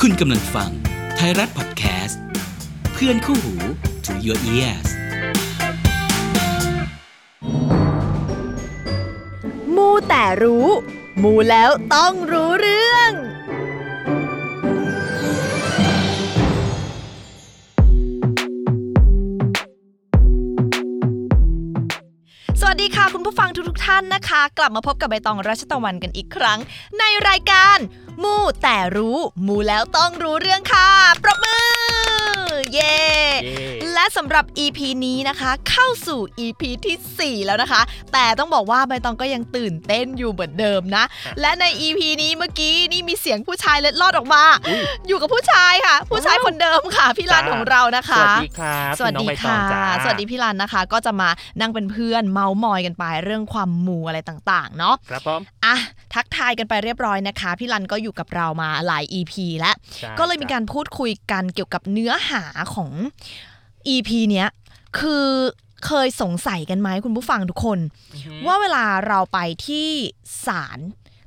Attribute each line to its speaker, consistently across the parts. Speaker 1: คุณกำลังฟังไทยรัฐพอดแคสต์ เพื่อนคู่หู to your ears
Speaker 2: มูแต่รู้ มูแล้วต้องรู้เรื่อง สวัสดีค่ะคุณผู้ฟังทุกทท่านนะคะ กลับมาพบกับใบตองรัชตะวันกันอีกครั้ง ในรายการ มูแต่รู้ มูแล้วต้องรู้เรื่องค่ะ ปรบมือ เย้ และสำหรับ EP นี้นะคะ เข้าสู่ EP ที่ 4 แล้วนะคะ แต่ต้องบอกว่าใบตองก็ยังตื่นเต้นอยู่เหมือนเดิมนะ และใน EP นี้เมื่อกี้นี่มีเสียงผู้ชายเล็ดลอดออกมา อยู่กับผู้ชายค่ะ ผู้ชายคนเดิมค่ะ พี่รันของเรานะคะ
Speaker 3: สวัสดีครับ
Speaker 2: สวัส
Speaker 3: ณน้อง
Speaker 2: ดี
Speaker 3: ใบตอ
Speaker 2: ค่ะ
Speaker 3: งจ้า
Speaker 2: สวัสดีพี่รันนะคะ ก็จะมานั่งเป็นเพื่อนเมาส์มอยกันไปเรื่องความมูอะไรต่างๆ เนาะ
Speaker 3: ครับผม
Speaker 2: อ่ะ ทักทายกันไปเรียบร้อยนะคะ พี่รันก็อยู่กับเรามาหลาย EP แล้ว
Speaker 3: จ้
Speaker 2: ก็เลยมีการพูดคุยกันเกี่ยวกับเนื้อหาของ EP เนี้ย คือเคยสงสัยกันไหมคุณผู้ฟังทุกคน
Speaker 3: อือฮึ
Speaker 2: ว่าเวลาเราไปที่ศาล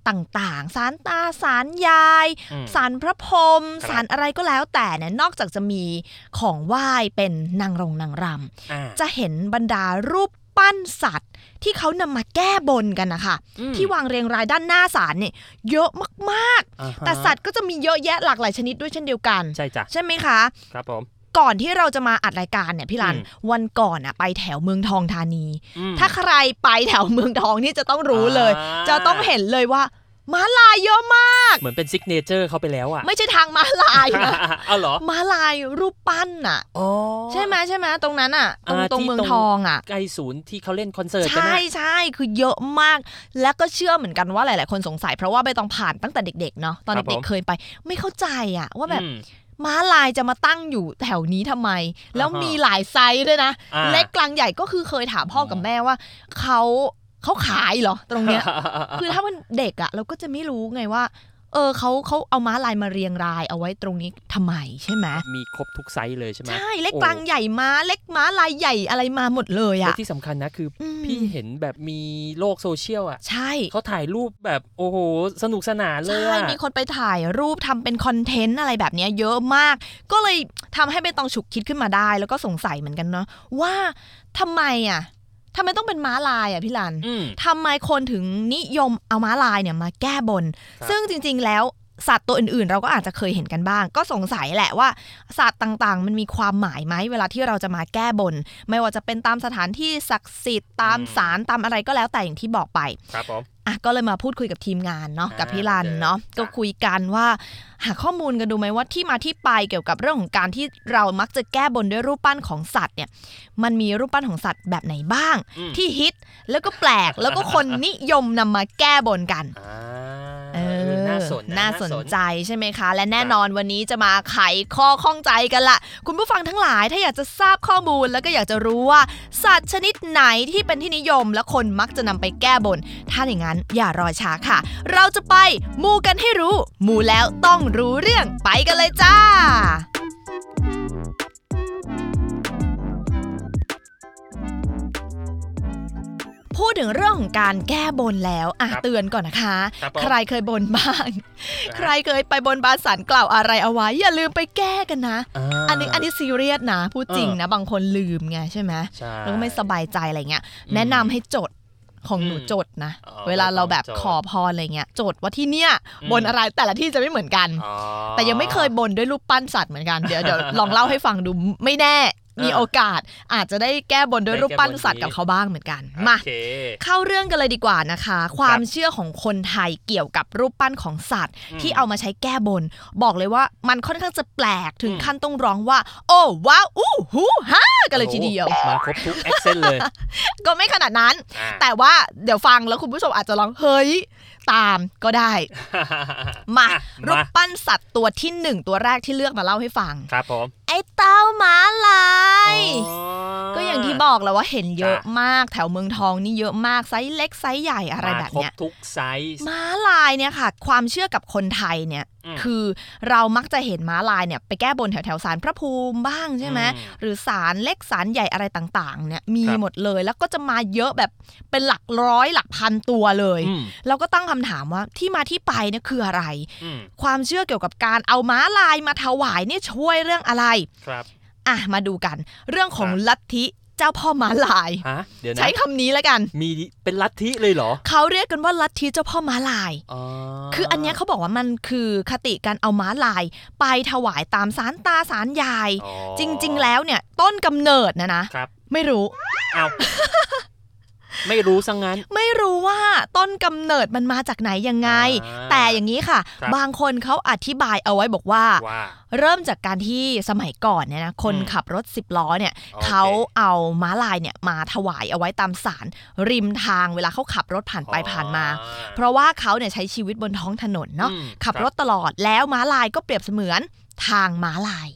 Speaker 2: ต่างๆศาลตาศาลยาย
Speaker 3: อืม
Speaker 2: สารพระพรหม
Speaker 3: ครับ
Speaker 2: สารอะไรก็แล้วแต่เนี่ยนอกจากจะมีของไหว้เป็นนางรงนางร
Speaker 3: อ่า
Speaker 2: ำจะเห็นบรรดารูปปั้นสัตว์ ที่เขานำมาแก้บนกันนะคะ
Speaker 3: อืม
Speaker 2: ที่วางเรียงรายด้านหน้าศาลเนี่ยเยอะมาก
Speaker 3: อ่า
Speaker 2: ๆ
Speaker 3: ฮะ
Speaker 2: แต่สัตว์ก็จะมีเยอะแยะหลากหลายชนิดด้วยเช่นเดียวกัน
Speaker 3: ใช่จ้ะ
Speaker 2: ใช่ไหมคะ
Speaker 3: ครับผม
Speaker 2: ก่อนที่เราจะมาอัดรายการเนี่ยพี่รัน
Speaker 3: อืม
Speaker 2: วันก่อนอะไปแถวเมืองทองธานี
Speaker 3: อืม
Speaker 2: ถ้าใครไปแถวเมืองทองนี่จะต้องรู้เลย
Speaker 3: อ่า
Speaker 2: จะต้องเห็นเลยว่าม้าลายเยอะมาก
Speaker 3: เหมือนเป็นซิกเนเจอร์เขาไปแล้วอ่ะ
Speaker 2: ไม่ใช่ทางม้าลายนะ
Speaker 3: เอา เหรอ
Speaker 2: ม้าลายรูปปั้นน่ะ
Speaker 3: อ๋อ
Speaker 2: ใช่ไหมยใช่ไหมยตรงนั้นอ่ะตรง
Speaker 3: อ่า
Speaker 2: ตรง
Speaker 3: ที่
Speaker 2: เมือง
Speaker 3: ตรง
Speaker 2: ทองอ่ะ
Speaker 3: ใกล้ศูนย์ที่เขาเล่นคอนเสิร์ตกัน
Speaker 2: ใช่
Speaker 3: นะ
Speaker 2: ใช่คือเยอะมาก และก็เชื่อเหมือนกันว่าหลาย ๆ คนสงสัยเพราะว่าใบตองผ่านตั้งแต่เด็ก ๆ เนาะตอนเด็ก ๆ เคยไป ไม่เข้าใจอ่ะ ว่าแบบ
Speaker 3: อืม
Speaker 2: ม้าลายจะมาตั้งอยู่แถวนี้ทำไม แล้ว
Speaker 3: อ่าฮะ
Speaker 2: มีหลายไซส์ด้วยนะ
Speaker 3: อ่า
Speaker 2: เล็กกลางใหญ่ก็คือเคยถามพ่อกับแม่ว่าเขาเขาขายเหรอตรงเนี้ย คือถ้ามันเด็กอะเราก็จะไม่รู้ไงว่า เออเขาเขาเอาม้าลายมาเรียงรายเอาไว้ตรงนี้ทำไมใช่ไหมย
Speaker 3: มีครบทุกไซส์เลยใช่ไหม
Speaker 2: ใช่เล็ก
Speaker 3: โอ้
Speaker 2: กลางใหญ่ม้าเล็กม้าลายใหญ่อะไรมาหมดเลย
Speaker 3: และ
Speaker 2: อ่ะ
Speaker 3: ที่สำคัญนะคือ
Speaker 2: อื
Speaker 3: อ
Speaker 2: ม
Speaker 3: พี่เห็นแบบมีโลกโซเชียลอ่ะ
Speaker 2: ใช่
Speaker 3: เขาถ่ายรูปแบบโอ้โหสนุกสนานเลย
Speaker 2: ใช่
Speaker 3: อะ
Speaker 2: มีคนไปถ่ายรูปทำเป็นคอนเทนต์อะไรแบบเนี้ยเยอะมาก ก็เลยทำให้ใบตองฉุกคิดขึ้นมาได้ แล้วก็สงสัยเหมือนกันเนาะว่าทำไมอ่ะทำไมต้องเป็นม้าลายอ่ะพี่ลัน
Speaker 3: อืม
Speaker 2: ทำไมคนถึงนิยมเอาม้าลายเนี่ยมาแก้บน
Speaker 3: ครับ
Speaker 2: ซึ่งจริง ๆ แล้วสัตว์ตัวอื่น ๆ เราก็อาจจะเคยเห็นกันบ้าง ก็สงสัยแหละว่าสัตว์ต่างๆ มันมีความหมายไหมเวลาที่เราจะมาแก้บน ไม่ว่าจะเป็นตามสถานที่ศักดิ์สิทธิ์ตามศาลตามอะไรก็แล้วแต่อย่างที่บอกไป
Speaker 3: ครับผม
Speaker 2: อ่ะก็เลยมาพูดคุยกับทีมงานเนาะ
Speaker 3: อ่า
Speaker 2: กับพี่รัน
Speaker 3: โอเค
Speaker 2: เนาะ
Speaker 3: ครับ
Speaker 2: ก็คุยกันว่า หาข้อมูลกันดูไหมว่าที่มาที่ไปเกี่ยวกับเรื่องของการที่เรามักจะแก้บนด้วยรูปปั้นของสัตว์เนี่ยมันมีรูปปั้นของสัตว์แบบไหนบ้าง
Speaker 3: อืม
Speaker 2: ที่ฮิตแล้วก็แปลกแล้วก็คนนิยมนำมาแก้บนกัน
Speaker 3: อ่า
Speaker 2: เออ
Speaker 3: น่าสนนะ
Speaker 2: น่าสนใจใช่ไหมคะ และแน่นอนวันนี้จะมาไขข้อข้องใจกันละคุณผู้ฟังทั้งหลายถ้าอยากจะทราบข้อมูลแล้วก็อยากจะรู้ว่า สัตว์ชนิดไหนที่เป็นที่นิยม และคนมักจะนำไปแก้บน ถ้าอย่างนั้นอย่ารอช้าค่ะ เราจะไปมูกันให้รู้ มูแล้วต้องรู้เรื่องไปกันเลยจ้า พูดถึงเรื่องของการแก้บนแล้วอ่ะ
Speaker 3: ครับ
Speaker 2: เตือนก่อนนะคะ
Speaker 3: ครับผม
Speaker 2: ใครเคยบนบ้าง ใครเคยไปบนบานสารกล่าวอะไรเอาไว้ อย่าลืมไปแก้กันนะ
Speaker 3: อั
Speaker 2: อันนี้อันนี้ซีเรียสนะ พูดจริงนะ บางคนลืมไงใช่ไหม
Speaker 3: ใช่
Speaker 2: แล้วก็ไม่สบายใจอะไรเงี้ย
Speaker 3: อืม
Speaker 2: แนะนำให้จดของหนู
Speaker 3: อืม
Speaker 2: จดนะ
Speaker 3: อ๋อ
Speaker 2: เวลาเราแบบ
Speaker 3: จด
Speaker 2: ขอพรอะไรเงี้ยจดว่าที่เนี่ย
Speaker 3: อืม
Speaker 2: บนอะไรแต่ละที่จะไม่เหมือนกัน
Speaker 3: อ๋อ
Speaker 2: แต่ยังไม่เคยบนด้วยรูปปั้นสัตว์เหมือนกันเดี๋ยว เดี๋ยว ลองเล่าให้ฟังดูไม่แน่ มีโอกาส อาจจะได้แก้บนด้วยรูปปั้นสัตว์กับเขาบ้างเหมือนกันมา
Speaker 3: โอเค
Speaker 2: เข้าเรื่องกันเลยดีกว่านะคะ ความเชื่อของคนไทยเกี่ยวกับรูปปั้นของสัตว์
Speaker 3: อืม
Speaker 2: ที่เอามาใช้แก้บน บอกเลยว่ามันค่อนข้างจะแปลกถึง
Speaker 3: อืม
Speaker 2: ขั้นต้องร้องว่า โอ้ว้าวอู้หูฮ่ากันเลยทีเดียว
Speaker 3: โอ้โหมาครบทุกแอคเซนต์เลย
Speaker 2: ก็ไม่ขนาดนั้น
Speaker 3: อ่ะ
Speaker 2: แต่ว่าเดี๋ยวฟังแล้วคุณผู้ชมอาจจะร้องเฮ้ย ตามก็ได้ มา
Speaker 3: อ่ะ
Speaker 2: รูป
Speaker 3: มา
Speaker 2: ปั้นสัตว์ตัวที่หนึ่งตัวแรกที่เลือกมาเล่าให้ฟัง
Speaker 3: ครับผม
Speaker 2: ไอ้ เต้าม้าลาย
Speaker 3: อ๋อ
Speaker 2: ก็อย่างที่บอกแหล้วว่าเห็นเยอะ
Speaker 3: จ้ะ
Speaker 2: มากแถวเมืองทองนี่เยอะมากไซส์เล็กไซส์ใหญ่อะไรแบบเนี้ย
Speaker 3: มาคทุกไซส์
Speaker 2: ม้าลายเนี่ยค่ะ ความเชื่อกับคนไทยเนี่ย
Speaker 3: อืม
Speaker 2: คือเรามักจะเห็นม้าลายเนี่ยไปแก้บนแถวแถวๆศาลพระภูมิบ้างใช่ไหม
Speaker 3: อืม
Speaker 2: หรือศาลเล็กศาลใหญ่อะไรต่างๆเนี่ยมี
Speaker 3: ครับ
Speaker 2: หมดเลยแล้วก็จะมาเยอะแบบเป็นหลักร้อยหลักพันตัวเลย
Speaker 3: อืม
Speaker 2: เราก็ตั้งคำถามว่าที่มาที่ไปเนี่ยคืออะไร
Speaker 3: อืม
Speaker 2: ความเชื่อเกี่ยวกับการเอาม้าลายมาถวายเนี่ยช่วยเรื่องอะไร
Speaker 3: ครับ
Speaker 2: อ่ะมาดูกัน เรื่องของ
Speaker 3: ครับ
Speaker 2: ลัทธิเจ้าพ่อม้าลาย
Speaker 3: ฮะเดี๋ยวนะ
Speaker 2: ใช้คำนี้แล้วกัน
Speaker 3: มีเป็นลัทธิเลยเหรอ
Speaker 2: เขาเรียกกันว่าลัทธิเจ้าพ่อม้าลาย
Speaker 3: อ๋อ
Speaker 2: คืออันเนี้ยเขาบอกว่ามันคือคติการเอาม้าลาย ไปถวายตามสารตาสารยาย
Speaker 3: อ๋อ
Speaker 2: จริง ๆ แล้วเนี่ยต้นกำเนิดนะนะครับ ไม่รู้
Speaker 3: เอาไม่รู้ซะงงั้น
Speaker 2: ไม่รู้ว่าต้นกำเนิดมันมาจากไหนยังไง
Speaker 3: อ่า
Speaker 2: แต่อย่างนี้ค่ะ
Speaker 3: ครับ
Speaker 2: บางคนเขาอธิบายเอาไว้บอกว่า
Speaker 3: ว่า
Speaker 2: เริ่มจากการที่สมัยก่อนเนี่ยนะคน
Speaker 3: อืม
Speaker 2: ขับรถสิบล้อเนี่ย
Speaker 3: โอเค
Speaker 2: เขาเอาม้าลายเนี่ยมาถวายเอาไว้ตามสารริมทางเวลาเขาขับรถผ่านไปผ่านมา เพราะว่าเขาเนี่ยใช้ชีวิตบนท้องถนนเนาะ
Speaker 3: อืม
Speaker 2: ขับ
Speaker 3: ครับ
Speaker 2: รถตลอดแล้วม้าลายก็เปรียบเสมือนทางม้าลาย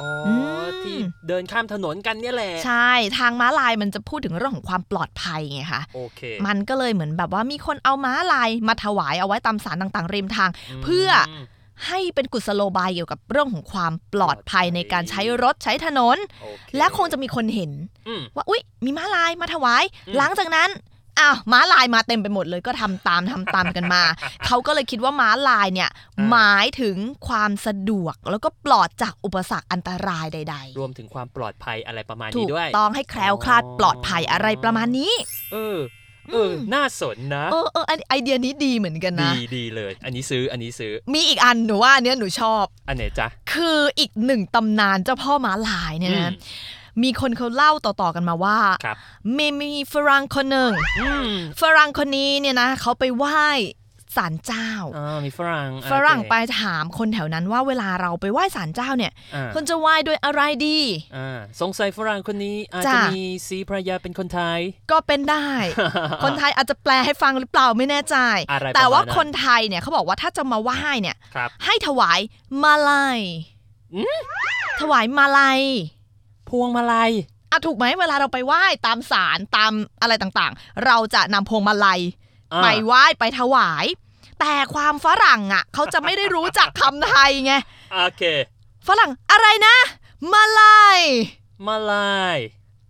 Speaker 3: อ๋ออ
Speaker 2: ม
Speaker 3: ที่เดินข้ามถนนกันเนี่ยแหละ
Speaker 2: ใช่ ทางม้าลายมันจะพูดถึงเรื่องของความปลอดภัยไงคะ
Speaker 3: โอเค
Speaker 2: มันก็เลยเหมือนแบบว่ามีคนเอาม้าลายมาถวายเอาไว้ตามสารต่างๆริมทาง
Speaker 3: ม
Speaker 2: เพื่อ ให้เป็นกุศโลบายเกี่ยวกับเรื่องของความปลอดภัย
Speaker 3: ปลอดภัย
Speaker 2: ในการใช้รถใช้ถนน
Speaker 3: โอเ
Speaker 2: และคงจะมีคนเห็น
Speaker 3: อืม
Speaker 2: ว่าอุ๊ย มีม้าลายมาถวาย
Speaker 3: อืม
Speaker 2: หลังจากนั้นอ้าวม้าลายมาเต็มไปหมดเลยก็ทำตามทำตาม กันมา เขาก็เลยคิดว่าม้าลายเนี่ยหมายถึงความสะดวกแล้วก็ปลอดจากอุปสรรคอันตรายใด
Speaker 3: รวมถึงความปลอดภัยอะไรประมาณ
Speaker 2: ๆ ถู
Speaker 3: นี้
Speaker 2: ก
Speaker 3: ด้วย
Speaker 2: ต้องให้แคล้วคลาด
Speaker 3: อ๋อ
Speaker 2: ปลอดภัยอะไรประมาณนี้
Speaker 3: เออ เออ
Speaker 2: ม
Speaker 3: น่าสนนะ
Speaker 2: เออเออไอไอเดียนี้ดีเหมือนกัน
Speaker 3: ดี
Speaker 2: นะ
Speaker 3: ดีเลย อันนี้ซื้ออันนี้ซื้อ
Speaker 2: มีอีกอันหนูว่าอันเนี้ยหนูชอบ
Speaker 3: อันไหนจ๊ะ
Speaker 2: คืออีกหนึ่งตำนานเจ้าพ่อม้าลายเนี่ย
Speaker 3: อืม
Speaker 2: นะมีคนเขาเล่าต่อๆกันมาว่า
Speaker 3: ครับ
Speaker 2: มีมีฝรั่งคนหนึ่ง
Speaker 3: อืม
Speaker 2: ฝรั่งคนนี้เนี่ยนะเขาไปไหว้ศาลเจ้า
Speaker 3: อ่ามีฝรั่งอ่า
Speaker 2: ฝรั่ง
Speaker 3: โอเค
Speaker 2: ไปถามคนแถวนั้นว่าเวลาเราไปไหว้ศาลเจ้าเนี่ย
Speaker 3: อ่า
Speaker 2: คนจะไหว้ด้วยอะไรดี
Speaker 3: อ่าสงสัยฝรั่งคนนี้อาจ
Speaker 2: จ้ะ
Speaker 3: จะมีสีภรรยาเป็นคนไทย
Speaker 2: ก็เป็นได้ คนไทยอาจจะแปลให้ฟังหรือเปล่าไม่แน่ใจ
Speaker 3: อะไรประมาณนั้น
Speaker 2: แต่ว่าคนไทยเนี่ยเขาบอกว่าถ้าจะมาไหว้เนี่ย
Speaker 3: ครับ
Speaker 2: ให้ถวายมาลัย
Speaker 3: อื
Speaker 2: ถวายมาลัย
Speaker 3: พวงมาลัย
Speaker 2: อ่ะถูกไหมเวลาเราไปไหว้ตามศาลตามอะไรต่างๆ เราจะนำพวงมาลัย
Speaker 3: อ่า
Speaker 2: ไปไหว้ไปถวาย แต่ความฝรั่งอ่ะเขาจะไม่ได้รู้จักคำไทยไง
Speaker 3: โอเค
Speaker 2: ฝรั่งอะไรนะ มาลาย
Speaker 3: มาลาย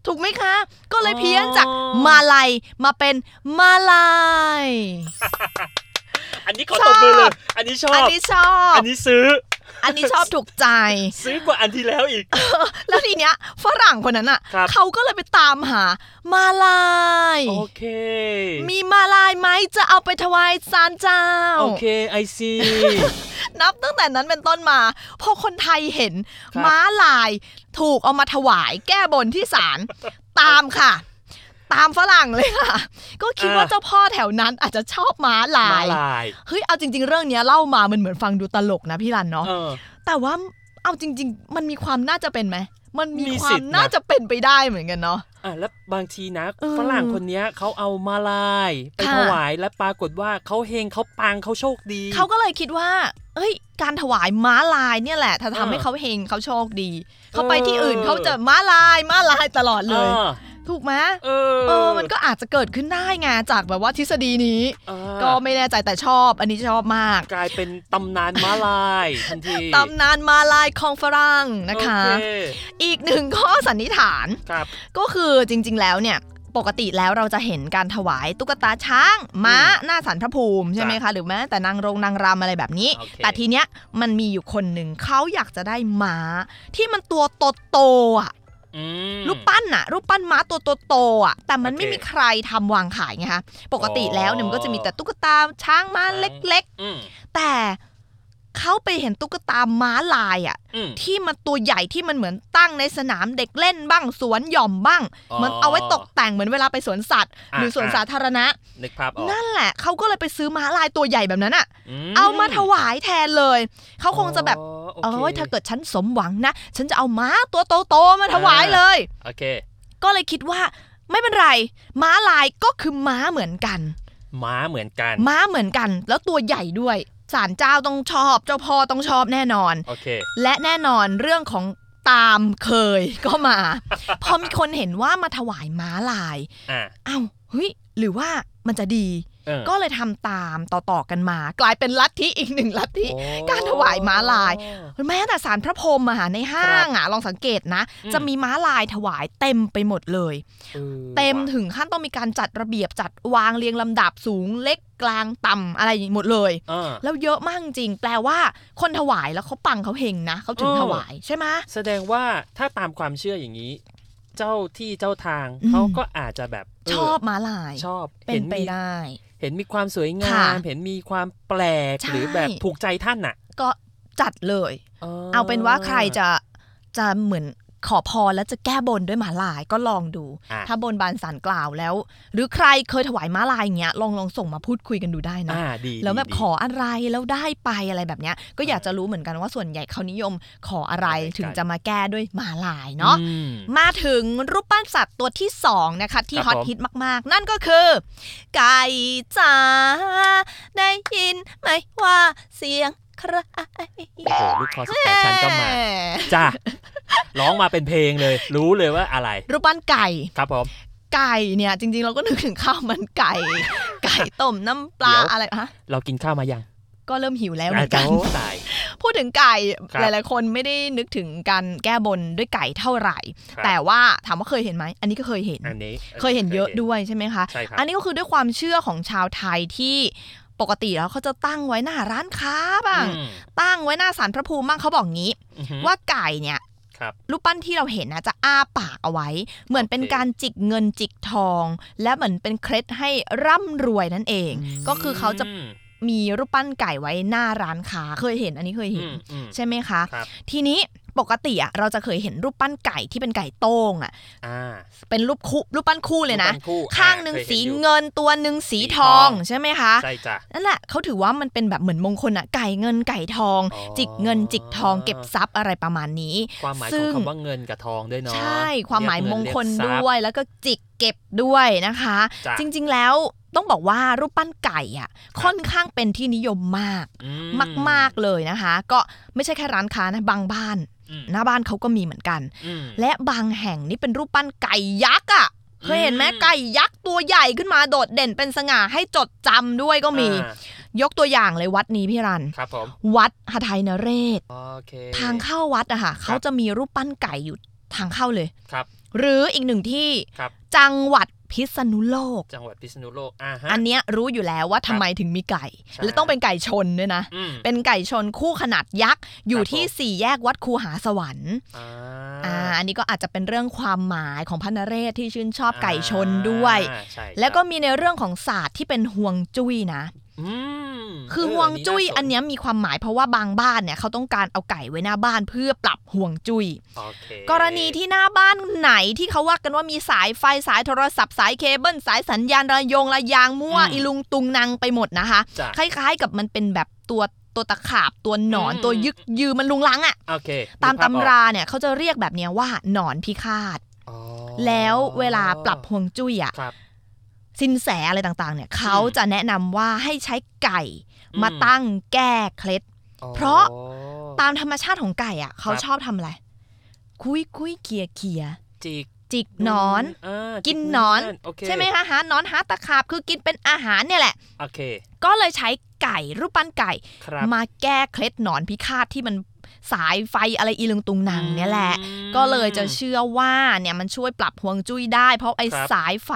Speaker 2: ถูกไหมคะ ก็เลย
Speaker 3: อ๋อ
Speaker 2: เพี้ยนจากมาลายมาเป็นมาลาย
Speaker 3: อันนี้ขอตบมือเลย อันนี้ชอ
Speaker 2: อัน
Speaker 3: บ
Speaker 2: นี้ชอบ
Speaker 3: อันนี้ซื้อ
Speaker 2: อันนี้ชอบถูกใจ
Speaker 3: ซื้อกว่าอันที่แล้วอีก
Speaker 2: แล้วทีเนี้ยฝรั่งคนนั้นอ่ะ
Speaker 3: ครับ
Speaker 2: เขาก็เลยไปตามหามาลาย
Speaker 3: โอเค
Speaker 2: มีมาลายไหมจะเอาไปถวายศาลเจ้า
Speaker 3: โอเคไอซี
Speaker 2: นับตั้งแต่นั้นเป็นต้นมาพอคนไทยเห็น
Speaker 3: ครับ
Speaker 2: ม้าลายถูกเอามาถวายแก้บนที่ศาล ตามค่ะ ตามฝรั่งเลยค่ะ ก็คิดว่าเจ้าพ่อแถวนั้นอาจจะชอบม้าล าม
Speaker 3: าย ลาย
Speaker 2: เฮ้ยเอาจริง ๆ เรื่องเนี้ยเล่ามามันเหมือนฟังดูตลกนะพี่รันเนาะ
Speaker 3: เออ
Speaker 2: แต่ว่าเอาจริง ๆ มันมีความน่าจะเป็นไหมมันมี
Speaker 3: มี
Speaker 2: ควา
Speaker 3: สิ
Speaker 2: ม
Speaker 3: ทธิ์นะ
Speaker 2: น่าจะเป็นไปได้เหมือนกันเนาะ
Speaker 3: อ่ะแล้วบางทีนะ
Speaker 2: เออ
Speaker 3: ฝรั่งคนเนี้ยเขาเอามาลาย ไป
Speaker 2: ค่ะ
Speaker 3: ถวายและปรากฏว่าเขาเฮงเขาปังเขาโชคดี
Speaker 2: เขาก็เลยคิดว่า เอ้ย การถวายม้าลายเนี่ยแหละถ้าทำให้
Speaker 3: เออ
Speaker 2: เขาเฮงเขาโชคดี เขาไปที่อื่น
Speaker 3: เออ
Speaker 2: เขาจะม้าลายม้าลายตลอดเลย
Speaker 3: อ่า
Speaker 2: ถูกไหม
Speaker 3: เออ
Speaker 2: เออ มันก็อาจจะเกิดขึ้นได้ไงจากแบบว่าทฤษฎีนี้
Speaker 3: อ่า
Speaker 2: ก็ไม่แน่ใจแต่ชอบ อันนี้ชอบมาก
Speaker 3: กลายเป็นตำนานมาลายทันที
Speaker 2: ตำนานมาลายของฝรั่งนะคะ
Speaker 3: โอเ
Speaker 2: อีกหนึ่งข้อสันนิษฐาน
Speaker 3: ครับ
Speaker 2: ก็คือจริง ๆ แล้วเนี่ยปกติแล้วเราจะเห็นการถวายตุ๊กตาช้างม้าหน้าสารพระภูมิใช่ไหมคะ หรือแม้แต่นางรงนางรำอะไรแบบนี้
Speaker 3: โอเค
Speaker 2: แต่ทีเนี้ยมันมีอยู่คนหนึ่งเขาอยากจะได้ม้า ที่มันตัวโตโตๆอ่ะ
Speaker 3: อืม
Speaker 2: รูปปั้นน่ะรูปปั้นม้าตัวโตๆอ่ะแต่มัน
Speaker 3: โอเค
Speaker 2: ไม่มีใครทำวางขายไงคะปกติแล้วเนี่ยมันก็จะมีแต่ตุ๊กตาช้างม้า
Speaker 3: ช้าง
Speaker 2: เล็ก
Speaker 3: อืม
Speaker 2: ๆ แต่เขาไปเห็นตุ๊กตาม้าลายอ่ะ
Speaker 3: อืม
Speaker 2: ที่มันตัวใหญ่ที่มันเหมือนตั้งในสนามเด็กเล่นบ้างสวนหย่อมบ้างเหมันเอาไว้ตกแต่งเหมือนเวลาไปสวนสัตว์ หรือสวนสาธารณะ
Speaker 3: นึกภาพออก
Speaker 2: นั่นแหละเขาก็เลยไปซื้อม้าลายตัวใหญ่แบบนั้นอ่ะ
Speaker 3: ม
Speaker 2: เอามาถวายแทนเลยเขาคงจะแบบ
Speaker 3: โอ
Speaker 2: เอ
Speaker 3: เค
Speaker 2: อถ้าเกิดฉันสมหวังนะฉันจะเอาม้าตัวโตๆมาถวายเลย
Speaker 3: โอเค
Speaker 2: ก็เลยคิดว่าไม่เป็นไร ม้าลายก็คือม้าเหมือนกัน
Speaker 3: ม้าเหมือนกัน
Speaker 2: ม้าเหมือนกัน แล้วตัวใหญ่ด้วยศาลเจ้าต้องชอบ เจ้าพ่อต้องชอบแน่นอน
Speaker 3: โอเค
Speaker 2: และแน่นอนเรื่องของ ตามเคย ก็มา พอมีคนเห็นว่ามาถวายม้าลาย
Speaker 3: อ่า
Speaker 2: อ้าวเฮ้ยหรือว่ามันจะดี
Speaker 3: เออ
Speaker 2: ก็เลยทำตามต่อๆกันมา กลายเป็นลัทธิอีกหนึ่งลัทธิ
Speaker 3: โอ้
Speaker 2: การถวายม้าลาย แม้แต่สารพระพรหมอะค่ะในห้างอะลองสังเกตนะ
Speaker 3: อืม
Speaker 2: จะมีม้าลายถวายเต็มไปหมดเลย
Speaker 3: ออ
Speaker 2: เต็ม
Speaker 3: ว่ะ
Speaker 2: ถึงขั้นต้องมีการจัดระเบียบจัดวางเรียงลำดับสูงเล็กกลางต่ำอะไรหมดเลย
Speaker 3: เออ
Speaker 2: แล้วเยอะมากจริงแปลว่าคนถวายแล้วเขาปังเขาเฮงนะเขาถึง
Speaker 3: เออ
Speaker 2: ถวายใช่ไหม
Speaker 3: แสดงว่าถ้าตามความเชื่ออย่างนี้ เจ้าที่เจ้าทาง
Speaker 2: อืม
Speaker 3: เขาก็อาจจะแบบเ
Speaker 2: ชอบม้าลาย
Speaker 3: ชอบ
Speaker 2: เป็นไป
Speaker 3: มี
Speaker 2: ได้
Speaker 3: เห็นมีความสวยงา
Speaker 2: ค่ะ
Speaker 3: ม เห็นมีความแปลก
Speaker 2: ใช่
Speaker 3: หรือแบบถูกใจท่านน่ะ
Speaker 2: ก็จัดเลย เอาเป็นว่าใครจะจะเหมือนขอพรแล้วจะแก้บนด้วยม้าลายก็ลองดู
Speaker 3: อ่ะ
Speaker 2: ถ้าบนบานสารกล่าวแล้ว หรือใครเคยถวายม้าลายอย่างเงี้ยลองลองส่งมาพูดคุยกันดูได้นะ
Speaker 3: อ่าดี
Speaker 2: แล้วแบบ
Speaker 3: ดีดี
Speaker 2: ขออะไรแล้วได้ไปอะไรแบบเนี้ย ก็อยากจะรู้เหมือนกันว่าส่วนใหญ่เขานิยมขออะไร
Speaker 3: ขออะไร
Speaker 2: ถึงจะมาแก้ด้วยมาลายเนาะ
Speaker 3: อืม
Speaker 2: มาถึงรูปปั้นสัตว์ตัวที่สองนะคะ ที่
Speaker 3: ค
Speaker 2: ฮ
Speaker 3: รั
Speaker 2: อบ ต
Speaker 3: ผม
Speaker 2: ฮิตมากๆ นั่นก็คือ ไก่จ๋าได้ยินไหมว่าเสียงใคร
Speaker 3: โอ้โหลูกคอสแตชันก็มา จ้าร้องมาเป็นเพลงเลย รู้เลยว่าอะไร
Speaker 2: รูปปั้นไก่
Speaker 3: ครับผม
Speaker 2: ไก่เนี่ย จริงๆ เราก็นึกถึงข้าวมันไก่ ไก่ต้มน้ำปลา
Speaker 3: เดี๋ยว
Speaker 2: อะไรฮะ
Speaker 3: เรากินข้าวมายัง
Speaker 2: ก็เริ่มหิวแล้วเหมือนกัน
Speaker 3: โอ้ตาย
Speaker 2: พูดถึงไก่
Speaker 3: ครับ
Speaker 2: หลายๆ คนไม่ได้นึกถึงการแก้บนด้วยไก่เท่าไหร่
Speaker 3: ครับ
Speaker 2: แต่ว่าถามว่าเคยเห็นไหม อันนี้ก็เคยเห็น
Speaker 3: อันนี้
Speaker 2: เคยเห็นเยอะด้วยใช่ไหมคะ
Speaker 3: ใช่ครับ
Speaker 2: อันนี้ก็คือด้วยความเชื่อของชาวไทยที่ปกติแล้วเขาจะตั้งไว้หน้าร้านค้าบ้าง
Speaker 3: อืม
Speaker 2: ตั้งไว้หน้าศาลพระภูมิบ้างเขาบอกงี้
Speaker 3: อือหือ
Speaker 2: ว่าไก่เนี่ย
Speaker 3: ครับ
Speaker 2: รูปปั้นที่เราเห็นนะจะอ้าปากเอาไว้ เหมือนเป็น
Speaker 3: โอเค
Speaker 2: การจิกเงินจิกทอง และเหมือนเป็นเคล็ดให้ร่ำรวยนั่นเอง ก็คือเขาจะ
Speaker 3: ม
Speaker 2: มีรูปปั้นไก่ไว้หน้าร้านค้าเคยเห็นอันนี้เคยเห็น
Speaker 3: อืม
Speaker 2: ใช่ไหมคะ
Speaker 3: ครับ
Speaker 2: ทีนี้ปกติอะเราจะเคยเห็นรูปปั้นไก่ที่เป็นไก่โต้งอะ
Speaker 3: อ่า
Speaker 2: เป็นรูปคู่รูปปั้นคู่เลยนะ
Speaker 3: รูปปั้คู่
Speaker 2: ข้างหนึ่ง
Speaker 3: อ่เคย
Speaker 2: สี
Speaker 3: เห็อยู่
Speaker 2: เงินตัวหนึ่งสี
Speaker 3: สี
Speaker 2: ท
Speaker 3: ท
Speaker 2: อ
Speaker 3: อง ง
Speaker 2: ใช่ไหมคะ
Speaker 3: ใช่จ้ะ
Speaker 2: นั่นแหละเขาถือว่ามันเป็นแบบเหมือนมงคลอะไก่เงินไก่ทอง
Speaker 3: อ๋อ
Speaker 2: จิกเงินจิกทองเก็บทรัพย์อะไรประมาณนี้
Speaker 3: ความหมายข
Speaker 2: ซึ่
Speaker 3: อง
Speaker 2: ง
Speaker 3: คำว่าเงินกับทองด้วยเนาะ
Speaker 2: ใช่ความหมายมงคล
Speaker 3: เรียกเงินเรียกทรัพ
Speaker 2: ด้วยแล้วก็จิกเก็บด้วยนะคะ
Speaker 3: จ้ะ
Speaker 2: จริงๆแล้วต้องบอกว่ารูปปั้นไก่อะค่อนข้างเป็นที่นิยมมาก
Speaker 3: อื
Speaker 2: มากๆเลยนะคะ ก็ไม่ใช่แค่ร้านค้านะบางบ้าน
Speaker 3: อืม
Speaker 2: หน้าบ้านเขาก็มีเหมือนกัน
Speaker 3: อืม
Speaker 2: และบางแห่งนี่เป็นรูปปั้นไก่ยักษ์อ่ะ เคยเห็นไหม
Speaker 3: อืม
Speaker 2: ไก่ยักษ์ตัวใหญ่ขึ้นมาโดดเด่นเป็นสง่าให้จดจำด้วยก็มี
Speaker 3: อ่าย
Speaker 2: กตัวอย่างเลยวัดนี้พี่รัน
Speaker 3: ครับผม
Speaker 2: วัดหทัยนเรศ
Speaker 3: โอเค
Speaker 2: ทางเข้าวัดอะค่ะเขาจะมีรูปปั้นไก่อยู่ทางเข้าเลย
Speaker 3: ครับ
Speaker 2: หรืออีกหนึ่งที่
Speaker 3: ครับ
Speaker 2: จังหวัดพิษณุโลก
Speaker 3: จังหวัดพิษณุโลกอ่าฮะ
Speaker 2: อันเนี้ยรู้อยู่แล้วว่าทำไมถึงมีไก่
Speaker 3: ใช่
Speaker 2: และต้องเป็นไก่ชนด้วยนะ
Speaker 3: อืม
Speaker 2: เป็นไก่ชนคู่ขนาดยักษ์อยู่
Speaker 3: ครับ
Speaker 2: ที่
Speaker 3: ผม
Speaker 2: สี่แยกวัดคูหาสวรรค์
Speaker 3: อ่า
Speaker 2: อ่าอันนี้ก็อาจจะเป็นเรื่องความหมายของพระนเรศที่ชื่นชอบไก่ชนด้วย
Speaker 3: อ่าใช่
Speaker 2: แล้วก็
Speaker 3: ครับ
Speaker 2: มีในเรื่องของศาสตร์ที่เป็นห่วงจุ้ยนะ
Speaker 3: อืม
Speaker 2: คือ
Speaker 3: เ
Speaker 2: ห่วงจุ้ย
Speaker 3: าส
Speaker 2: อันเนี้ยมีความหมายเพราะว่าบางบ้านเนี่ยเขาต้องการเอาไก่ไว้หน้าบ้านเพื่อปรับห่วงจุ้ย
Speaker 3: โอเค
Speaker 2: กรณีที่หน้าบ้านไหนที่เขาว่ากันว่ามีสายไฟสายโทรศัพท์สายเคเบิลสายสัญญาณระยงระยางมั่วอีลุงตุงนางไปหมดนะคะ
Speaker 3: จ้ะ
Speaker 2: คล้ายๆกับมันเป็นแบบตัวตัวตะขาบตัวหนอน
Speaker 3: อืม
Speaker 2: ตัวยึกยือมันลุงลังอะ่ะ
Speaker 3: โอเค
Speaker 2: ตาม
Speaker 3: นึกภพออก
Speaker 2: ตำราเนี่ยเขาจะเรียกแบบเนี้ยว่าหนอนพิฆาต
Speaker 3: อ๋อ
Speaker 2: แล้วเวลาปรับฮวงจุ้ยอะ
Speaker 3: ครับ
Speaker 2: สินแสอะไรต่างๆเนี่ยเขา
Speaker 3: อืม
Speaker 2: จะแนะนำว่าให้ใช้ไก่
Speaker 3: อืม
Speaker 2: มาตั้งแก้เคล็ด
Speaker 3: อ๋อ
Speaker 2: เพราะ ตามธรรมชาติของไก่อะเขา
Speaker 3: ครับ
Speaker 2: ชอบทำอะไร คุยคุยเคียเคีย
Speaker 3: จิก
Speaker 2: จิกหนอน
Speaker 3: า
Speaker 2: กิน
Speaker 3: จิ
Speaker 2: หนอน
Speaker 3: โเค
Speaker 2: ใช่ไหมคะหาหนอนหาตะขาบคือกินเป็นอาหารเนี่ยแหละ
Speaker 3: โอเค
Speaker 2: ก็เลยใช้ไก่รูปปั้นไก่
Speaker 3: ครับ
Speaker 2: มาแก้เคล็ดหนอนพิฆาตที่มันสายไฟอะไรอีลุงตุงนางเนี่ยแหละ ก็เลยจะ
Speaker 3: อ
Speaker 2: เชื่อว่าเนี่ยมันช่วยปรับฮวงจุ้ยได้ เพราะไอ้
Speaker 3: ครับ
Speaker 2: สายไฟ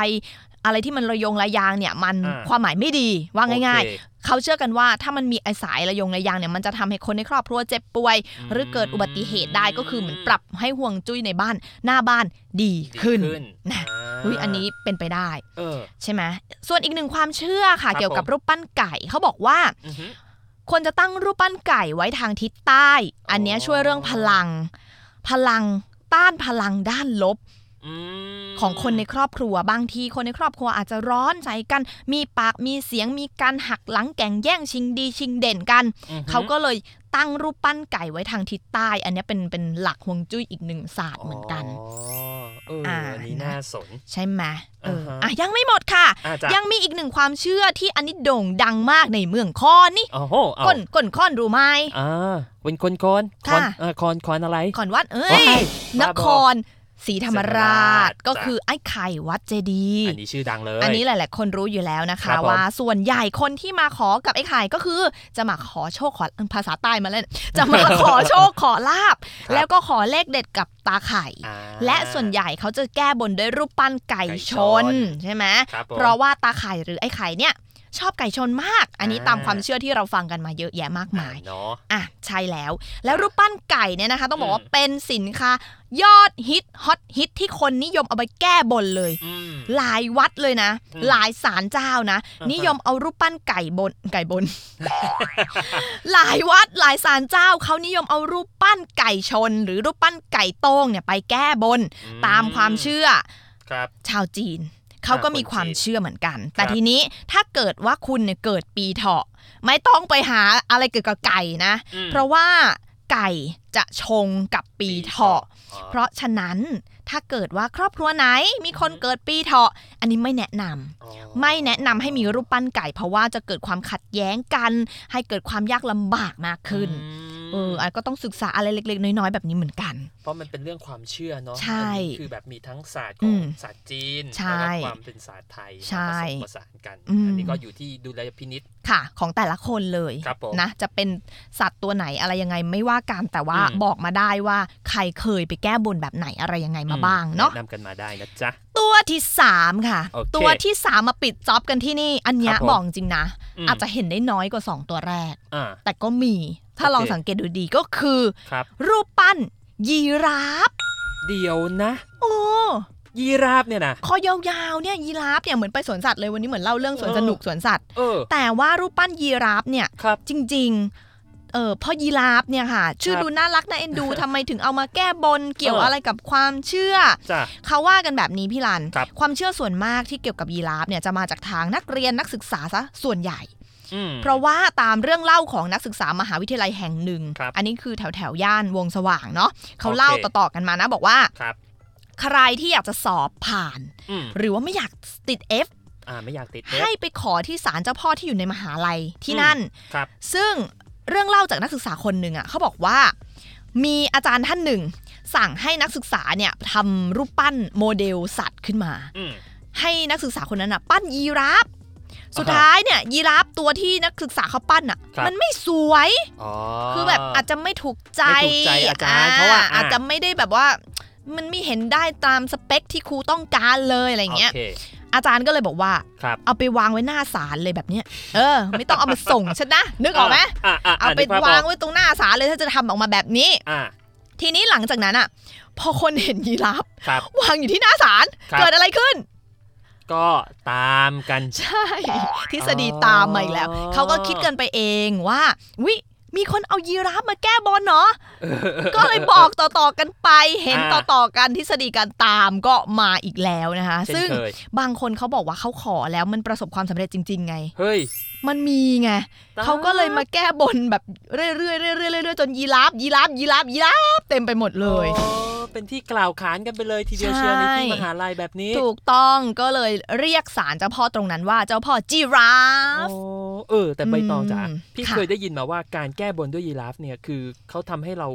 Speaker 2: อะไรที่มันระยงระยางเนี่ยมัน
Speaker 3: อ่า
Speaker 2: ความหมายไม่ดีว่า
Speaker 3: ืม
Speaker 2: ง่าย
Speaker 3: โอเค
Speaker 2: ๆ เขาเชื่อกันว่าถ้ามันมีไอ้สายระยงระยางเนี่ยมันจะทำให้คนในครอบครัวเจ็บป่วย
Speaker 3: อืม
Speaker 2: หรือเกิดอุบัติเหตุได้ก็คือเหมือนปรับให้ห่วงจุ้ยในบ้านหน้าบ้านดี
Speaker 3: ดี
Speaker 2: ขึ้น
Speaker 3: อ่า
Speaker 2: อุ้ยอันนี้เป็นไปได้
Speaker 3: เออ
Speaker 2: ใช่ไหมส่วนอีกหนึ่งความเชื่อ
Speaker 3: ครั
Speaker 2: ค่ะ
Speaker 3: บ
Speaker 2: เกี่ยวกับรูปปั้นไก่เขาบอกว่า
Speaker 3: อือหือ
Speaker 2: ควรจะตั้งรูปปั้นไก่ไว้ทางทิศใต้ อันเนี้ย
Speaker 3: อ๋อ
Speaker 2: ช่วยเรื่องพลัง พลังต้านพลังด้านลบ
Speaker 3: อืม
Speaker 2: ของคนในครอบครัวบางทีคนในครอบครัวอาจจะร้อนใจกัน มีปากมีเสียงมีการหักหลังแก่งแย่งชิงดีชิงเด่นกัน
Speaker 3: อือหือ
Speaker 2: เขาก็เลยตั้งรูปปั้นไก่ไว้ทางทิศใต้ อันเนี้ยเป็นเป็นหลักฮวงจุ้ยอีกหนึ่งศาสตร์เหมือนกัน
Speaker 3: อ๋อ เออ
Speaker 2: อ่า
Speaker 3: อันนี้น่าสน
Speaker 2: ใช่ไหมเออ
Speaker 3: อ่าฮะ
Speaker 2: อ่ะยังไม่หมดค่ะ
Speaker 3: อาจาร
Speaker 2: ยังมีอีกหนึ่งความเชื่อที่อันนี้โด่งดังมากในเมืองคอนนี่
Speaker 3: โอ้โหเอา
Speaker 2: ก้นก้นคอนรู้ไหม
Speaker 3: อ่าเป็นคนคอนคอน
Speaker 2: ค่ะ
Speaker 3: อ่าคอนคอนอะไร
Speaker 2: คอนวัดเอ้
Speaker 3: ว้าย ย
Speaker 2: น
Speaker 3: บ้าบอ
Speaker 2: ครศรีธรรมราช
Speaker 3: จ้ะ
Speaker 2: ก็คือไอ้ไข่วัดเจดีย์
Speaker 3: อันนี้ชื่อดังเลย
Speaker 2: อันนี้หลาย ๆ คนรู้อยู่แล้วนะ
Speaker 3: ครั
Speaker 2: คะ
Speaker 3: บผม
Speaker 2: ว่าส่วนใหญ่คนที่มาขอกับไอ้ไข่ก็คือจะมาขอโชคขอภาษาใต้มาเล่น จะมาขอโชคขอลาบ
Speaker 3: ครับ
Speaker 2: แล้วก็ขอเลขเด็ดกับตาไข่
Speaker 3: อ่า
Speaker 2: และส่วนใหญ่เขาจะแก้บนด้วยรูปปั้นไก่
Speaker 3: ไก่
Speaker 2: ช
Speaker 3: ช
Speaker 2: น
Speaker 3: น
Speaker 2: ใช่ไหม
Speaker 3: ครับผม
Speaker 2: เพราะว่าตาไข่หรือไอ้ไข่เนี่ยชอบไก่ชนมาก อันนี้
Speaker 3: อ่า
Speaker 2: ตามความเชื่อที่เราฟังกันมาเยอะแยะมากมาย
Speaker 3: อ่เนาะ
Speaker 2: อ่ะใช่แล้ว แล้วรูปปั้นไก่เนี่ยนะคะ ต้องบอกว่า
Speaker 3: อืม
Speaker 2: เป็นสินค้ายอดฮิตฮอตฮิตที่คนนิยมเอาไปแก้บนเลย
Speaker 3: อืม
Speaker 2: หลายวัดเลยนะ
Speaker 3: อืม
Speaker 2: หลายศาลเจ้านะ
Speaker 3: อ่าฮะ
Speaker 2: นิยมเอารูปปั้นไก่บน ไก่บน หลายวัดหลายศาลเจ้าเขานิยมเอารูปปั้นไก่ชน หรือรูปปั้นไก่โต้งเนี่ยไปแก้บน ตามความเชื่อ
Speaker 3: ครับ
Speaker 2: ชาวจีนเขาก็
Speaker 3: อ่าคน
Speaker 2: มีความ
Speaker 3: จีน
Speaker 2: เชื่อเหมือนกัน แต่
Speaker 3: ครับ
Speaker 2: ทีนี้ถ้าเกิดว่าคุณเนี่ยเกิดปีเถาะไม่ต้องไปหาอะไรเกี่ยวกับไก่นะ
Speaker 3: อืม
Speaker 2: เพราะว่าไก่จะชงกับปีเถาะ
Speaker 3: อ๋อ
Speaker 2: เพราะฉะนั้นถ้าเกิดว่าครอบครัวไหนมีคน
Speaker 3: อืม
Speaker 2: เกิดปีเถาะ อันนี้ไม่แนะนำ
Speaker 3: อ๋อ
Speaker 2: ไม่แนะนำให้มีรูปปั้นไก่ เพราะว่าจะเกิดความขัดแย้งกัน ให้เกิดความยากลำบากมากขึ้น เอ
Speaker 3: อื
Speaker 2: อ
Speaker 3: ม
Speaker 2: อันก็ต้องศึกษาอะไรเล็กๆ น้อยๆแบบนี้เหมือนกัน
Speaker 3: เพราะมันเป็นเรื่องความเชื่อเนาะ
Speaker 2: ใช่
Speaker 3: อันนี้คือแบบมีทั้งศาสตร์ข
Speaker 2: อื
Speaker 3: อง
Speaker 2: ม
Speaker 3: ศาสตร์จีน
Speaker 2: ใช่
Speaker 3: แล้วก็ความเป็นศาสตร์ไทย
Speaker 2: ใช่
Speaker 3: มาผสมผสานกัน
Speaker 2: อืม
Speaker 3: อันนี้ก็อยู่ที่ดุลยพินิษ
Speaker 2: ค่ะ ของแต่ละคนเลย
Speaker 3: ครับผม
Speaker 2: นะจะเป็นสัตว์ตัวไหนอะไรยังไงไม่ว่ากันแต่ว่า
Speaker 3: อืม
Speaker 2: บอกมาได้ว่าใครเคยไปแก้บนแบบไหนอะไรยังไงมาบ้างเนาะ
Speaker 3: แนำกันมาได้นะจ๊ะ
Speaker 2: ตัวที่สามค่ะ
Speaker 3: โอเค
Speaker 2: ตัวที่สามมาปิดจ็อบกันที่นี่ อันเนี้ย
Speaker 3: ครับผม
Speaker 2: บอกจริงนะ
Speaker 3: ม
Speaker 2: อาจจะเห็นได้น้อยกว่า 2 ตัวแรก
Speaker 3: อ่า
Speaker 2: แต่ก็มีถ้า
Speaker 3: โอเค
Speaker 2: ลองสังเกตดูดีก็คือ
Speaker 3: ครับ
Speaker 2: รูปปั้น ยีราฟ
Speaker 3: เดี๋ยวนะ
Speaker 2: โอ้
Speaker 3: ยีราฟเนี่ยนะ
Speaker 2: คอยาวๆเนี่ยยีราฟเนี่ยเหมือนไปสวนสัตว์เลยวันนี้เหมือนเล่าเรื่องสวน
Speaker 3: เออ
Speaker 2: สนุกสวนสัตว์
Speaker 3: เออ
Speaker 2: แต่ว่ารูปปั้นยีราฟเนี่ย
Speaker 3: ครับ
Speaker 2: จริงๆ เออพ่อยีราฟเนี่ยค่ะ ชื่อ
Speaker 3: ครับ
Speaker 2: ดูน่ารักน่าเอ็น ดู ทำไมถึงเอามาแก้บนเกี่ยว
Speaker 3: เอออ
Speaker 2: อะไรกับความเชื่อ
Speaker 3: จ้ะ
Speaker 2: เขาว่ากันแบบนี้พี่ลัน
Speaker 3: ครับ
Speaker 2: ความเชื่อส่วนมากที่เกี่ยวกับยีราฟเนี่ยจะมาจากทางนักเรียนนักศึกษาซะส่วนใหญ่
Speaker 3: อืม
Speaker 2: เพราะว่าตามเรื่องเล่าของนักศึกษามหาวิทยาลัยแห่งหนึ่ง
Speaker 3: ครับ
Speaker 2: อันนี้คือแถวแถวๆย่านวงสว่างเนาะเขาเล่า
Speaker 3: โอเค
Speaker 2: ต่อๆกันมานะ บอกว่า
Speaker 3: ครับ
Speaker 2: ใครที่อยากจะสอบผ่าน
Speaker 3: อืม
Speaker 2: หรือว่าไม่อยากติด F
Speaker 3: อ่าไม่อยากติดเอฟ
Speaker 2: ให้ไปขอที่ศาลเจ้าพ่อที่อยู่ในมหาลัยที่
Speaker 3: อืม
Speaker 2: นั่น
Speaker 3: ครับ
Speaker 2: ซึ่งเรื่องเล่าจากนักศึกษาคนหนึ่งอ่ะเขาบอกว่า มีอาจารย์ท่านหนึ่ง สั่งให้นักศึกษาเนี่ยทำรูปปั้นโมเดลสัตว์ขึ้นมา
Speaker 3: อืม
Speaker 2: ให้นักศึกษาคนนั้นอ่ะปั้นยีราฟสุด
Speaker 3: อ่าฮะ
Speaker 2: ท้ายเนี่ยยีราฟตัวที่นักศึกษาเขาปั้นอ่ะ
Speaker 3: ครับ
Speaker 2: มันไม่สวย
Speaker 3: อ๋อ
Speaker 2: คือแบบอาจจะไม่ถูกใจ
Speaker 3: ไม่ถูกใจอาจารย์เพราะว่าอ่ะ
Speaker 2: อาจจะไม่ได้แบบว่า มันไม่เห็นได้ตามสเปคที่ครูต้องการเลยอะไรเงี้ย
Speaker 3: โอเค
Speaker 2: อาจารย์ก็เลยบอกว่า
Speaker 3: ครับ
Speaker 2: เอาไปวางไว้หน้าศาลเลยแบบเนี้ยเออ ไม่ต้องเอามาส่งฉันนะนึกออกไหม
Speaker 3: อ่าอ่า
Speaker 2: เอาไป
Speaker 3: นึกภพก
Speaker 2: วางไว้ตรงหน้าศาลเลยถ้าจะทำออกมาแบบนี้
Speaker 3: อ่า
Speaker 2: ทีนี้หลังจากนั้นอ่ะ พอคนเห็นยีราฟ
Speaker 3: ครับ
Speaker 2: วางอยู่ที่หน้าศาล
Speaker 3: ครับ
Speaker 2: เกิดอะไรขึ้น
Speaker 3: ก็ตามกัน
Speaker 2: ใช่ ทฤษฎีตามมาอีกแล้ว
Speaker 3: อ๋อ
Speaker 2: เขาก็คิดกันไปเองว่าวิมีคนเอายีราฟมาแก้บน เนาะก็เลยบอกต่อๆกันไป เห็นต่อๆกันทฤษฎีการตามก็มาอีกแล้วนะคะ
Speaker 3: เช่น
Speaker 2: ซึ่ง
Speaker 3: เคย
Speaker 2: บางคนเขาบอกว่าเขาขอแล้วมันประสบความสำเร็จจริง ๆ ไง
Speaker 3: เฮ้ย
Speaker 2: มันมีไง
Speaker 3: ตาย
Speaker 2: เขาก็เลยมาแก้บนแบบเรื่อยๆเรื่อยๆเรื่อยๆเรื่อยๆจนยีราฟยีราฟยีราฟยีราฟเต็มไปหมดเลย
Speaker 3: โอ้เป็นที่กล่าวขานกันไปเลยทีเดียว
Speaker 2: ใช่
Speaker 3: เชียวในที่มหาลัยแบบนี้
Speaker 2: ถูกต้องก็เลยเรียกสารเจ้าพ่อตรงนั้นว่าเจ้าพ่อจีราฟ
Speaker 3: โอ้เออ แต่ใบตองจ๋า
Speaker 2: อืม
Speaker 3: พี่
Speaker 2: ค่ะ
Speaker 3: เคยได้ยินมาว่าการแก้บนด้วยยีราฟเนี่ยคือเขาทำให้เรา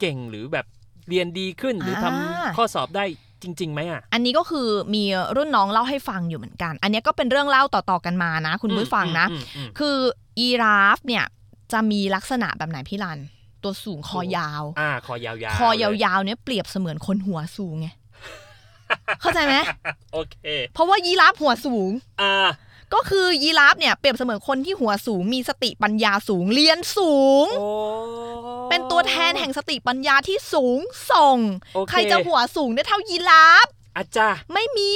Speaker 3: เก่งหรือแบบเรียนดีขึ้นหรือทำข้อสอบได้จริงๆไหมอ่ะ
Speaker 2: อันนี้ก็คือมีรุ่นน้องเล่าให้ฟังอยู่เหมือนกัน อันเนี้ยก็เป็นเรื่องเล่าต่อๆกันมานะ คุณผู้ฟังนะ
Speaker 3: อืมอืมอืม
Speaker 2: คือยีราฟเนี่ยจะมีลักษณะแบบไหนพี่รัน ตัวสูงคอยาว
Speaker 3: อ่าคอยาวๆ
Speaker 2: คอยา
Speaker 3: เล
Speaker 2: วๆเนี่ยเปรียบเสมือนคนหัวสูงไงเข้าใจไหม
Speaker 3: โอเค
Speaker 2: เพราะว่ายีราฟหัวสูง
Speaker 3: อ่า
Speaker 2: ก็คือยีราฟเนี่ยเปรียบเสมือนคนที่หัวสูงมีสติปัญญาสูงเรียนสูง
Speaker 3: โอ้
Speaker 2: เป็นตัวแทนแห่งสติปัญญาที่สูงส่ง
Speaker 3: โอเค
Speaker 2: ใครจะหัวสูงได้เท่ายีราฟ
Speaker 3: อาจารย์
Speaker 2: ไม่มี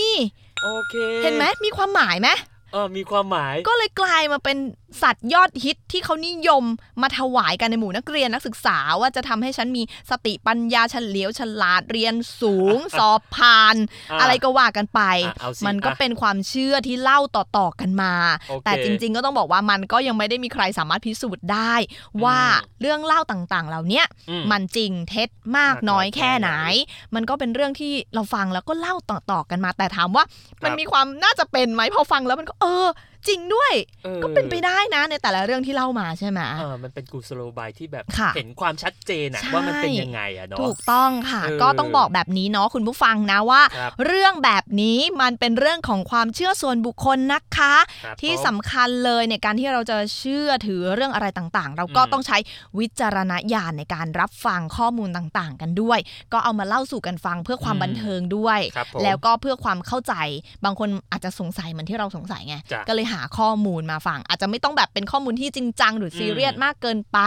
Speaker 3: โอเค
Speaker 2: เห็นไหมมีความหมายไหม
Speaker 3: เออมีความหมาย
Speaker 2: ก็เลยกลายมาเป็น สัตว์ยอดฮิตที่เขานิยมมาถวายกันในหมู่นักเรียนนักศึกษาว่าจะทำให้ฉันมีสติปัญญาเฉลียวฉลาดเรียนสูง สอบผ่าน อะไรก็ว่ากันไป
Speaker 3: อ่ะเอาสิ
Speaker 2: มันก็
Speaker 3: อ่ะ
Speaker 2: เป็นความเชื่อที่เล่าต่อๆกันมา
Speaker 3: โอเค
Speaker 2: แต่จริงๆก็ต้องบอกว่ามันก็ยังไม่ได้มีใครสามารถพิสูจน์ได้ ว่า
Speaker 3: อืม
Speaker 2: เรื่องเล่าต่างๆ เหล่าเนี้ย
Speaker 3: อื
Speaker 2: มันจริงเท็จมาก
Speaker 3: มากน้
Speaker 2: น้อ
Speaker 3: อย ย
Speaker 2: แค่
Speaker 3: แค่
Speaker 2: ไห
Speaker 3: ไห
Speaker 2: น
Speaker 3: น
Speaker 2: มันก็เป็นเรื่องที่เราฟังแล้วก็เล่าต่อๆกันมา แต่ถามว่า มัน
Speaker 3: ครับ
Speaker 2: มีความน่าจะเป็นไหมพอฟังแล้วมันก็เออ จริงด้วย
Speaker 3: ออ
Speaker 2: ก็เป็นไปได้นะในแต่ละเรื่องที่เล่ามาใช่ไหม
Speaker 3: เออมันเป็นกุศโลบายที่แบบ
Speaker 2: ค่ะ
Speaker 3: เห็นความชัดเจนอะ
Speaker 2: ใช่
Speaker 3: ว่ามันเป็นยังไงอะเนาะ
Speaker 2: ถูกต้องค่ะ
Speaker 3: เออ
Speaker 2: ก็ต้องบอกแบบนี้เนาะคุณผู้ฟังนะว่า
Speaker 3: ครับ
Speaker 2: เรื่องแบบนี้มันเป็นเรื่องของความเชื่อส่วนบุคคลนะคะ
Speaker 3: ครับ
Speaker 2: ที่
Speaker 3: ผม
Speaker 2: สำคัญเลยในการที่เราจะเชื่อถือเรื่องอะไรต่างๆ เราก็
Speaker 3: อืม
Speaker 2: ต้องใช้วิจารณญาณในการรับฟังข้อมูลต่างๆ กันด้วย ก็เอามาเล่าสู่กันฟังเพื่อความบันเทิงด้วย
Speaker 3: ครับผม
Speaker 2: แล้วก็เพื่อความเข้าใจบางคนอาจจะสงสัยเหมือนที่เราสงสัยไง
Speaker 3: จ้ะ
Speaker 2: ก็เลยหาข้อมูลมาฟัง อาจจะไม่ต้องแบบเป็นข้อมูลที่จริงจังหรือซีเรียส
Speaker 3: อืม
Speaker 2: มากเกินไป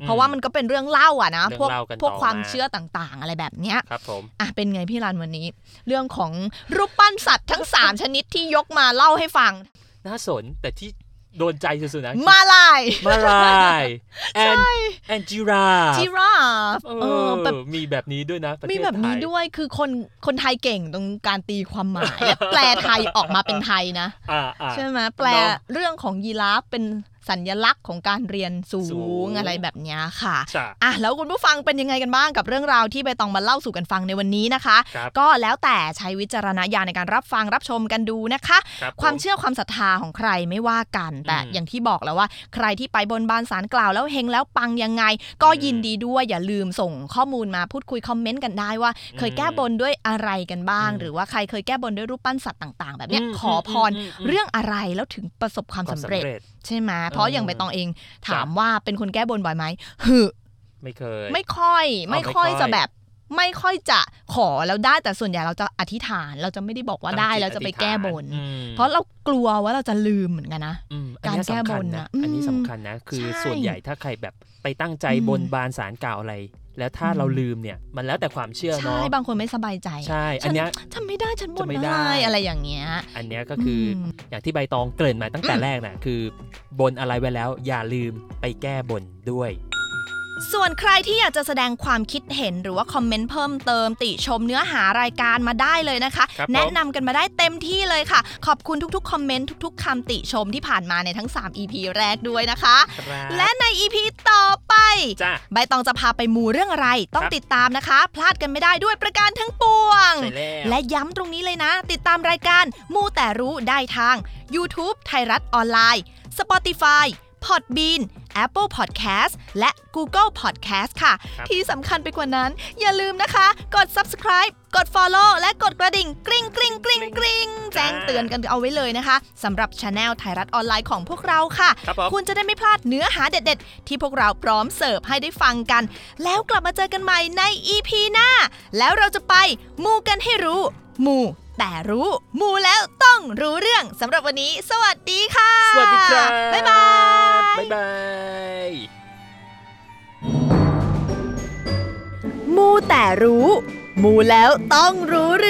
Speaker 2: เพราะว่ามันก็เป็นเรื่องเล่าอะนะ
Speaker 3: เรื่
Speaker 2: พว
Speaker 3: อง
Speaker 2: ก
Speaker 3: เล่ากัน
Speaker 2: พวก
Speaker 3: ต่อ
Speaker 2: ความ
Speaker 3: มา
Speaker 2: เชื่อต่างๆ อะไรแบบเนี้ย
Speaker 3: ครับผม
Speaker 2: อ่ะเป็นไงพี่รันวันนี้ เรื่องของรูปปั้นสัตว์ทั้ง 3 ชนิดที่ยกมาเล่าให้ฟัง
Speaker 3: น่าสนแต่ที่โดนใจสุดๆนะ
Speaker 2: มาลาย
Speaker 3: มาลายแอนแอนจิราฟ
Speaker 2: จิราฟ
Speaker 3: เอ
Speaker 2: เออ
Speaker 3: อ
Speaker 2: แบบ
Speaker 3: มีแบบนี้ด้วยนะประเทศ
Speaker 2: มีแบบนี้
Speaker 3: ไทย
Speaker 2: ด้วยคือคนคนไทยเก่งตรงการตีความหมาย และแปลไทยออกมาเป็นไทยนะ
Speaker 3: อ่าอ่า
Speaker 2: ใช่ไหมแปล
Speaker 3: เนอะ
Speaker 2: เรื่องของยีราฟเป็นสัญลักษณ์ของการเรียนสู
Speaker 3: สู
Speaker 2: ง
Speaker 3: ง
Speaker 2: อะไรแบบเนี้ยค่ะ
Speaker 3: จ้ะ
Speaker 2: อ่ะแล้วคุณผู้ฟังเป็นยังไงกันบ้างกับเรื่องราวที่ใบตองมาเล่าสู่กันฟังในวันนี้นะคะ
Speaker 3: ครับ
Speaker 2: ก็แล้วแต่ใช้วิจารณญาณในการรับฟังรับชมกันดูนะคะ
Speaker 3: รับ
Speaker 2: ความ
Speaker 3: ผ
Speaker 2: เชื่อความศรัทธาของใครไม่ว่ากัน แต่
Speaker 3: อืม
Speaker 2: อย่างที่บอกแล้วว่า ใครที่ไปบนบานสารกล่าวแล้วเฮงแล้วปังยังไง ก็
Speaker 3: อืม
Speaker 2: ยินดีด้วยอย่าลืมส่งข้อมูลมาพูดคุยคอมเมนต์กันได้ว่า เคยแก้บนด้วยอะไรกันบ้าง
Speaker 3: อืม
Speaker 2: หรือว่าใครเคยแก้บนด้วยรูปปั้นสัตว์ต่าง ๆ แบบเนี้ย
Speaker 3: อืม
Speaker 2: ขอพร
Speaker 3: อืมอืม
Speaker 2: เรื่องอะไรแล้วถึงประสบความ
Speaker 3: ความ
Speaker 2: สำ
Speaker 3: สำ
Speaker 2: เร็จ
Speaker 3: เร็จ
Speaker 2: ใช่ไหมเพราะอย่างใบตองเองถามว่าเป็นคนแก้บนบ่อยไหมหึ
Speaker 3: ไม่เคย
Speaker 2: ไม่ค่อย
Speaker 3: เอา
Speaker 2: ไม่ค่อย
Speaker 3: ไม่ค่อย
Speaker 2: จะแบบไม่ค่อยจะขอแล้วได้แต่ส่วนใหญ่เราจะอธิษฐาน เราจะไม่ได้บอกว่าได้
Speaker 3: ตั้งจิต
Speaker 2: แล้วจะไป
Speaker 3: อธิษฐาน
Speaker 2: แก้บน
Speaker 3: อืม
Speaker 2: เพราะเรากลัวว่าเราจะลืมเหมือนกันนะ
Speaker 3: อืมอันนี้
Speaker 2: การแก้
Speaker 3: สำคัญ
Speaker 2: บน
Speaker 3: นะ
Speaker 2: น่ะอืม
Speaker 3: อันนี้สำคัญนะ คือ
Speaker 2: ใช่
Speaker 3: ส่วนใหญ่ถ้าใครแบบไปตั้งใจ
Speaker 2: อืม
Speaker 3: บนบานสารกล่าวอะไร แล้วถ้า
Speaker 2: อืม
Speaker 3: เราลืมเนี่ย มันแล้วแต่ความเชื่อ
Speaker 2: ใช่
Speaker 3: เนาะ
Speaker 2: บางคนไม่สบายใจ
Speaker 3: ใช่ อันเนี้ย
Speaker 2: ฉันไม่ได้ฉันบน
Speaker 3: จะ
Speaker 2: อะ
Speaker 3: ไม่ได้
Speaker 2: ไรอะไรอย่างเงี้ย
Speaker 3: อันเนี้ยก็คืออ
Speaker 2: ม
Speaker 3: อย่างที่ใบตองเกริ่นมาตั้งแต่แรกนะคือบนอะไรไว้แล้ว อย่าลืมไปแก้บนด้วย
Speaker 2: ส่วนใครที่อยากจะแสดงความคิดเห็นหรือว่าคอมเมนต์เพิ่มเติม ติชมเนื้อหารายการมาได้เลยนะคะ
Speaker 3: ครับ
Speaker 2: แนะนำกันมาได้เต็มที่เลยค่ะ ขอบคุณทุกๆคอมเมนต์ทุกๆคำติชมที่ผ่านมาในทั้ง 3 EP แรกด้วยนะคะ
Speaker 3: ครับ
Speaker 2: และใน EP ต่อไป
Speaker 3: จ้า
Speaker 2: ใบตองจะพาไปมูเรื่องอะไร ต้อง
Speaker 3: ครับ
Speaker 2: ติดตามนะคะ พลาดกันไม่ได้ด้วยประการทั้งปวง
Speaker 3: ใช่แล้ว
Speaker 2: และย้ำตรงนี้เลยนะ ติดตามรายการมูแต่รู้ได้ทาง YouTube ไทยรัฐออนไลน์ Spotify Podbean Apple Podcast และ Google Podcast ค่ะ
Speaker 3: ครับ
Speaker 2: ที่สำคัญไปกว่านั้น อย่าลืมนะคะ กด subscribe กด follow และกดกระดิ่ง กริ๊งกริ๊งกริ๊งกริ๊งแจ้งเตือนกันเอาไว้เลยนะคะสำหรับช anel ไทยรัฐออนไลน์ของพวกเราค่ะ
Speaker 3: ครับผม
Speaker 2: คุณจะได้ไม่พลาดเนื้อหาเด็ด ๆ ที่พวกเราพร้อมเสิร์ฟให้ได้ฟังกัน แล้วกลับมาเจอกันใหม่ใน EP หน้า แล้วเราจะไปมูกันให้รู้ มูแต่รู้ มูแล้วต้องรู้เรื่องสำหรับวันนี้ สวัสดีค่ะ
Speaker 3: สวัสดีครับ
Speaker 2: บ๊ายบาย
Speaker 3: บ๊ายบาย
Speaker 2: มูแต่รู้ มูแล้วต้องรู้เรื่อง